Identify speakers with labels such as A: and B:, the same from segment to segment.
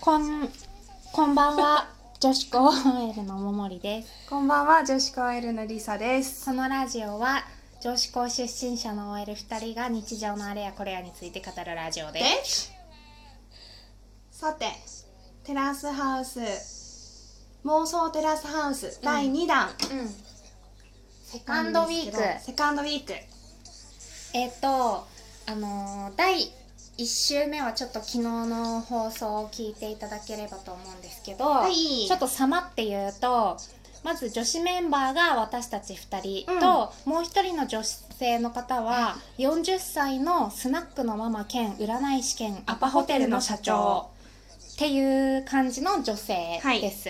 A: こん、こんばんは。女子高 OL のももりです。
B: こんばんは、女子高 L のりさです。
A: このラジオは、女子高出身者の OL2 人が日常のあれやこれやについて語るラジオです。
B: さて、テラスハウス、妄想テラスハウス第2弾、
A: うん。セカンドウィーク。
B: セカンドウィーク。
A: えっ、と、あのー第1週目はちょっと昨日の放送を聞いていただければと思うんですけど、
B: い
A: ちょっと様っていうと、まず女子メンバーが私たち2人と、もう1人の女性の方は40歳のスナックのママ兼占い師兼アパホテルの社長っていう感じの女性です。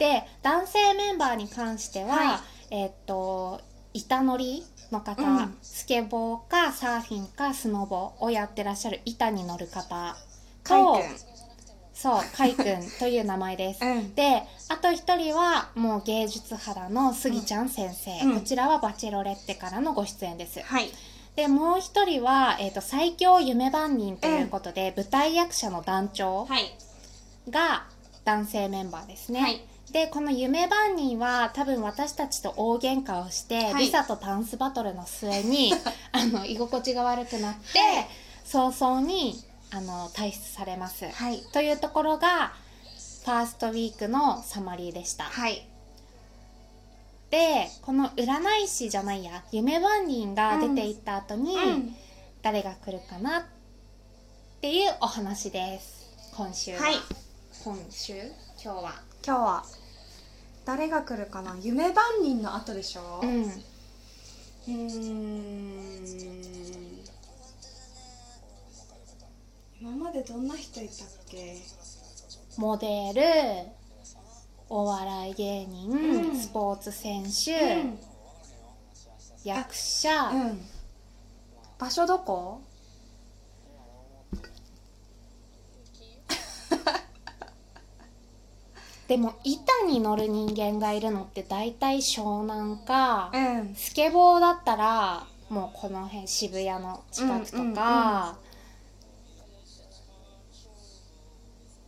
A: で男性メンバーに関しては、
B: は
A: えっと板乗りの方、
B: うん
A: スケボーかサーフィンかスノボをやってらっしゃる板に乗る方
B: カイ
A: とそ うかいくんという名前です
B: く。ん。うん。
A: であと一人はもう芸術肌のスギちゃん先生、
B: うん
A: こちらは「バチェロレッテ」からのご出演です。
B: はい。
A: でもう一人は、えっと最強夢番人ということで、舞台役者の団長
B: はい。
A: が男性メンバーですね。
B: はい
A: でこの夢番人は多分私たちと大喧嘩をして、
B: はい
A: リサとタンスバトルの末 にあの居心地が悪くなって、
B: はい
A: 早々にあの退出されます。
B: はい。
A: というところがファーストウィークのサマリーでした。
B: はい。
A: でこの占い師じゃないや夢番人が出ていった後に、
B: うん。
A: 誰が来るかなっていうお話です。今週は、
B: はい
A: 今週今日は
B: 今日は、誰が来るかな夢番人の後でしょ
A: うん
B: うーん。今までどんな人いたっけ
A: モデルお笑い芸人、
B: うん
A: スポーツ選手、
B: うん。
A: 役者、
B: うん。場所どこ
A: でも板に乗る人間がいるのって大体湘南か、
B: ん。
A: スケボーだったらもうこの辺渋谷の近くとか、
B: うんうんうん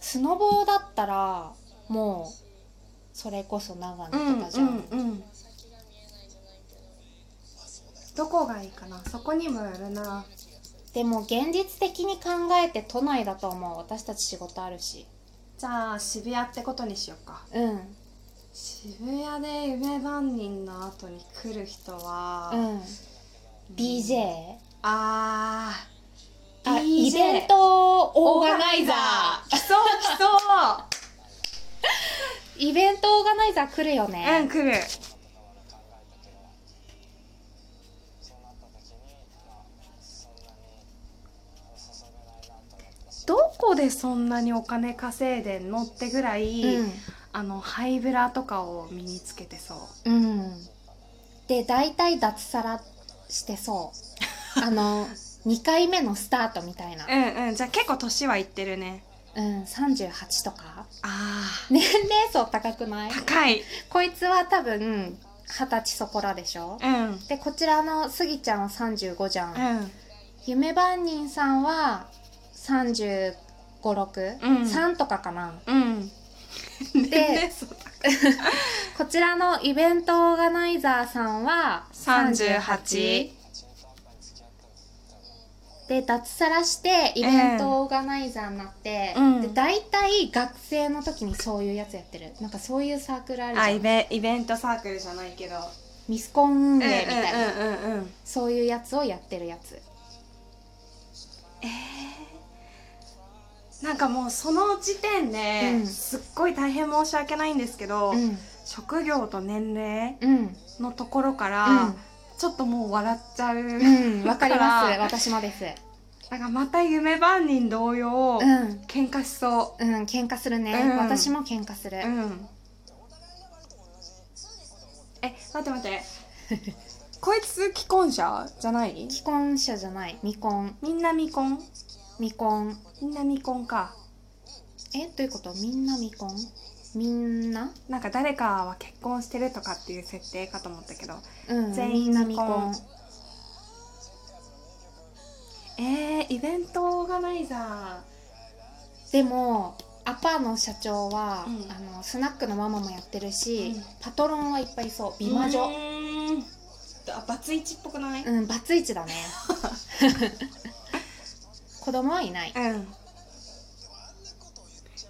A: スノボーだったらもうそれこそ長野とかじゃん、
B: うんうんうん、どこがいいかなそこにもよるな
A: でも現実的に考えて都内だと思う私たち仕事あるし
B: じゃあ渋谷ってことにしようか
A: うんうん
B: 渋谷で夢番人の後に来る人は、あ
A: BJ?
B: あー
A: あ
B: DJ
A: イベントオーガナイザ
B: ー来そう来そ
A: ーイベントオーガナイザー来るよね、
B: ううん来るどこでそんなにお金稼いでんのってぐらい、あのハイブラとかを身につけてそう
A: うん、うん、で大体脱サラしてそう あの2回目のスタートみたいな、
B: うんうんじゃあ結構年はいってるね
A: うん、38とか
B: あ
A: 年齢層高くない
B: 高い
A: こいつは多分二十歳そこらでしょ
B: うんうん
A: でこちらのスギちゃんは35じゃん、夢番人さんは3 5六
B: うん
A: 3とかかな
B: うん
A: で
B: そうだ
A: こちらのイベントオーガナイザーさんは
B: 38
A: で脱サラしてイベントオーガナイザーになって、
B: うん
A: で大体学生の時にそういうやつやってるなんかそういうサークルあるじゃん
B: あイベイベントサークルじゃないけど
A: ミスコン運
B: うんうん
A: 営みたいな、
B: うんうん
A: そういうやつをやってるやつ
B: なんかもうその時点で、
A: うん
B: すっごい大変申し訳ないんですけど、
A: うん
B: 職業と年齢
A: うん
B: のところから、ちょっともう笑っちゃう、
A: うん わ、かりま
B: だ
A: す
B: ら
A: 私もです
B: なんかまた夢番人同様、
A: うん
B: 喧嘩しそ
A: うん喧嘩するね、
B: うん
A: 私も喧嘩する
B: う、うんえ待っ て待ってこいつ既婚者じゃない
A: 既婚者じゃない未婚
B: みんな未婚
A: 未婚
B: みんな未婚か
A: えどういうことみんな未婚みんな、
B: なんか誰かは結婚してるとかっていう設定かと思ったけど
A: うん、
B: 全員
A: みんな未婚
B: 未えー、イベントオーガナイザ
A: でもアパの社長は、
B: うん
A: あのスナックのママもやってるし、
B: うん
A: パトロンはいっぱいいそう美魔
B: 魔女
A: 女
B: あバツイチっぽくない
A: うんバツイチだ ね子供はいない
B: うん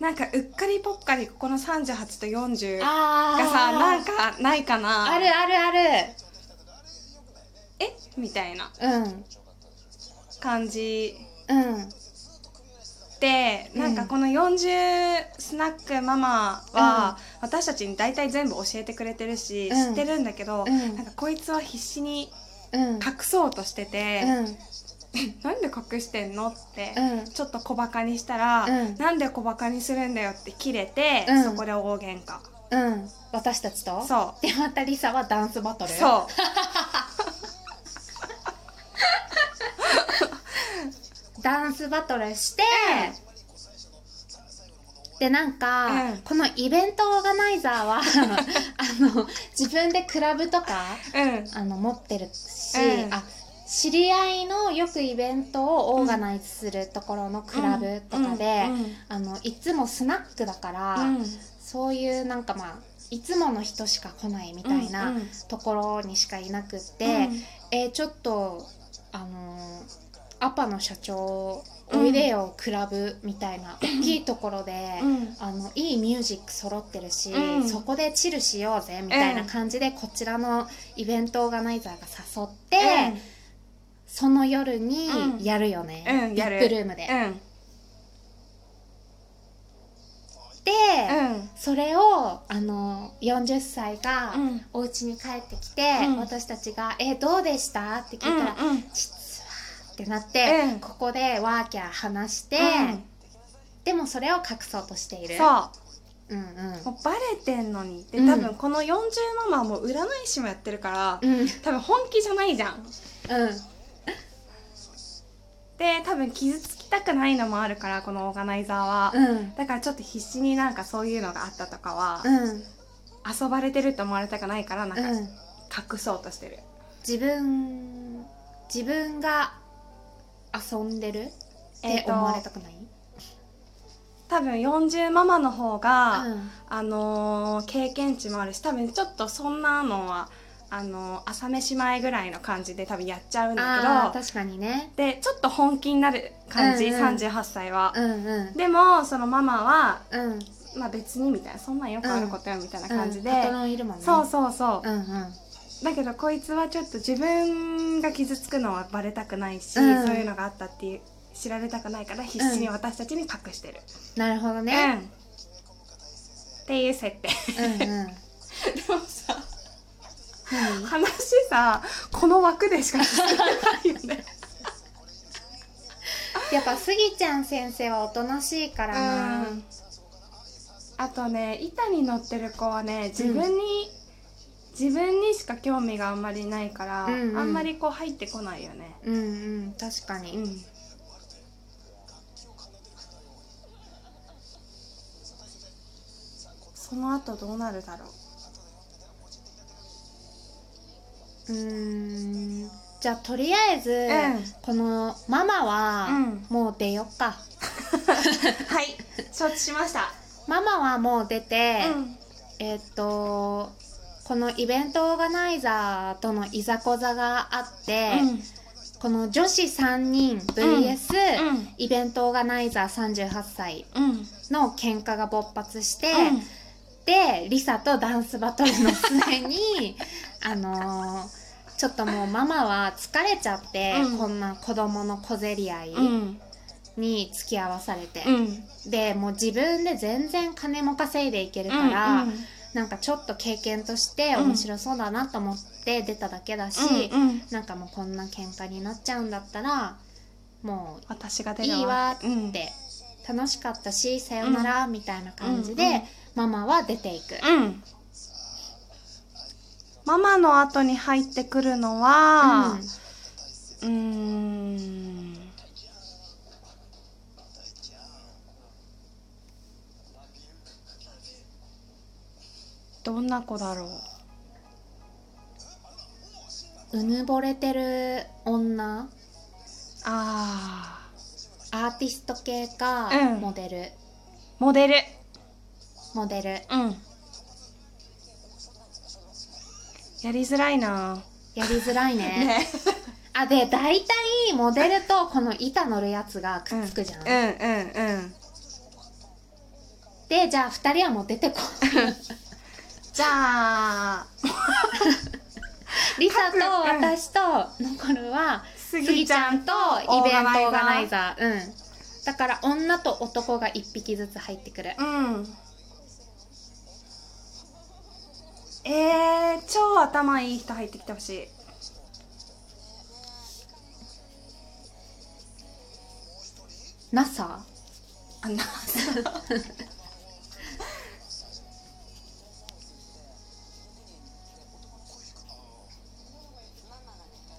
B: なんかうっかりぽっかりここの38と40が
A: あー
B: さなんかないかな
A: あるあるある
B: えみたいな
A: う
B: 感じ
A: んうん
B: でなんかこの40スナックママは私たちに大体全部教えてくれてるし、
A: うん
B: 知ってるんだけど、
A: うん
B: なんかこいつは必死に
A: うん
B: 隠そうとしてて、
A: うん
B: なんで隠してんのって、
A: うん
B: ちょっと小バカにしたら、
A: うん
B: なんで小バカにするんだよって切れて、
A: うん
B: そこで大喧嘩
A: うん私たちと
B: そ
A: でまたリサはダンスバト
B: う
A: ル
B: そう
A: ダンスバトルして、でなんか、
B: うん
A: このイベントオーガナイザー はあの自分でクラブとか
B: うん
A: あの持ってるし、
B: うん
A: あ知り合いのよくイベントをオーガナイズするところのクラブとかで、あのいつもスナックだから、
B: うんうん
A: そういうなんかまあいつもの人しか来ないみたいな
B: うんうん
A: ところにしかいなくって、
B: うん
A: えーちょっとあのーアパの社長おいでよ、クラブみたいな大きいところで、
B: うん
A: あのいいミュージック揃ってるし、
B: うん
A: そこでチルしようぜみたいな感じで、こちらのイベントオーガナイザーが誘って、その夜に
B: うん
A: やるよね、
B: うんやる
A: VIP ルームで。
B: うん
A: で、
B: うん
A: それをあの40歳が
B: うん
A: お家に帰ってきて、
B: うん
A: 私たちが「えどうでした?」って聞いたら「
B: うんうん
A: 実は」ってなって、
B: うん
A: ここでワーキャー話して、でもそれを隠そうとしてい
B: うん
A: る
B: そう
A: う、んうん
B: もうバレてんのにで
A: うん
B: 多分この40ママも占い師もやってるから、
A: うんうん、
B: 多分本気じゃないじゃんで多分傷つきたくないのもあるからこのオーガナイザーは、
A: うん
B: だからちょっと必死になんかそういうのがあったとかは、
A: うん
B: 遊ばれてるって思われたくないからなん
A: う
B: か
A: ん
B: 隠そうとしてる、
A: 自分自分が遊んでるって思われたくない、
B: 多分40ママの方が、
A: うん
B: あのー経験値もあるし多分ちょっとそんなのはあのー朝飯前ぐらいの感じで多分やっちゃうん
A: あ
B: だ
A: ー
B: けど
A: 確かにね
B: でちょっと本気になる感じ、
A: うんうん
B: 38歳は
A: う、んうん
B: でもそのママは、
A: うん
B: まあ、別にみたいなそんなんよくあることよみたいな感じで、
A: うんパトロンいるもんね
B: そうそうそう、
A: うんうん
B: だけどこいつはちょっと自分が傷つくのはバレたくないし、
A: うん
B: そういうのがあったっていう知られたくないから必死に私たちに隠してる、
A: なるほど
B: うん
A: ね、
B: っていう設 定
A: うん、うん
B: でもさ
A: 何
B: 話さこの枠でしか進んでない よね
A: やっぱスギちゃん先生はおとなしいからな、
B: うんあとね板に乗ってる子はね自分に、自分にしか興味があんまりないから、
A: うんうん
B: あんまりこう入ってこないよね
A: うんうん確かに、
B: うんその後どうなるだろう
A: うーんじゃあとりあえず、
B: ん
A: このママは、
B: うん
A: もう出よっか
B: はい承知しました
A: ママはもう出て、
B: うん
A: えーっとこのイベントオーガナイザーとのいざこざがあって、この女子3人 VS、
B: うん
A: イベントオーガナイザー38歳
B: うんうん
A: の喧嘩が勃発して、でリサとダンスバトルの末に あのーちょっともうママは疲れちゃって、
B: うん
A: こんな子供の小競り合い
B: うん
A: に付き合わされて、
B: うん
A: でもう自分で全然金も稼いでいけるから、なんかちょっと経験として面白そうだなと思って出ただけだし、
B: うんうん
A: なんかもうこんな喧嘩になっちゃうんだったらも
B: 私が
A: う
B: 出る
A: いいわって、
B: うん
A: 楽しかったしさよならみたいな感じで、
B: うんうん
A: ママは出ていく。
B: うんママの後に入ってくるのは
A: うん
B: うーんどんな子だろう
A: うぬぼれてる女
B: あ
A: アーティスト系か
B: うん
A: モデル、
B: ーモデル
A: モデル
B: うんやりづらいな
A: やりづらい ねあで大体モデルとこの板乗るやつがくっつくじゃん、
B: うんうんうん
A: でじゃあ2人はもう出てこ
B: じゃあ
A: いリサと私とノコルは
B: ス
A: スギちゃんとイベントオーガナイ
B: ー
A: ザーうんだから女と男が1匹ずつ入ってくる
B: うんえー、超頭いい人入ってきてほしい
A: なさ
B: あな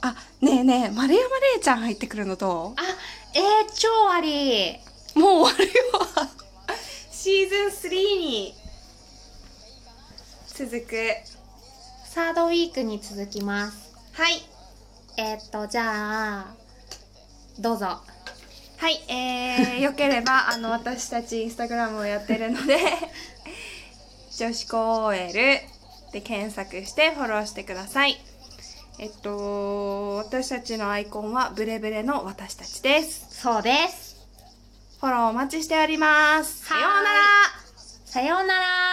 B: あねえねえ丸山礼ちゃん入ってくるのど
A: あえー、超あり
B: うもう終わるよシーズン3に続く
A: サードウィークに続きます
B: はい
A: えー、っとじゃあどうぞ
B: はい、えー、よければあ の私たちインスタグラムをやってるので 「女子高 OL」で検索してフォローしてくださいえっと私たちのアイコンはブレブレの私たちです
A: そうです
B: フォローお待ちしておりますさようなら
A: はーいさようなら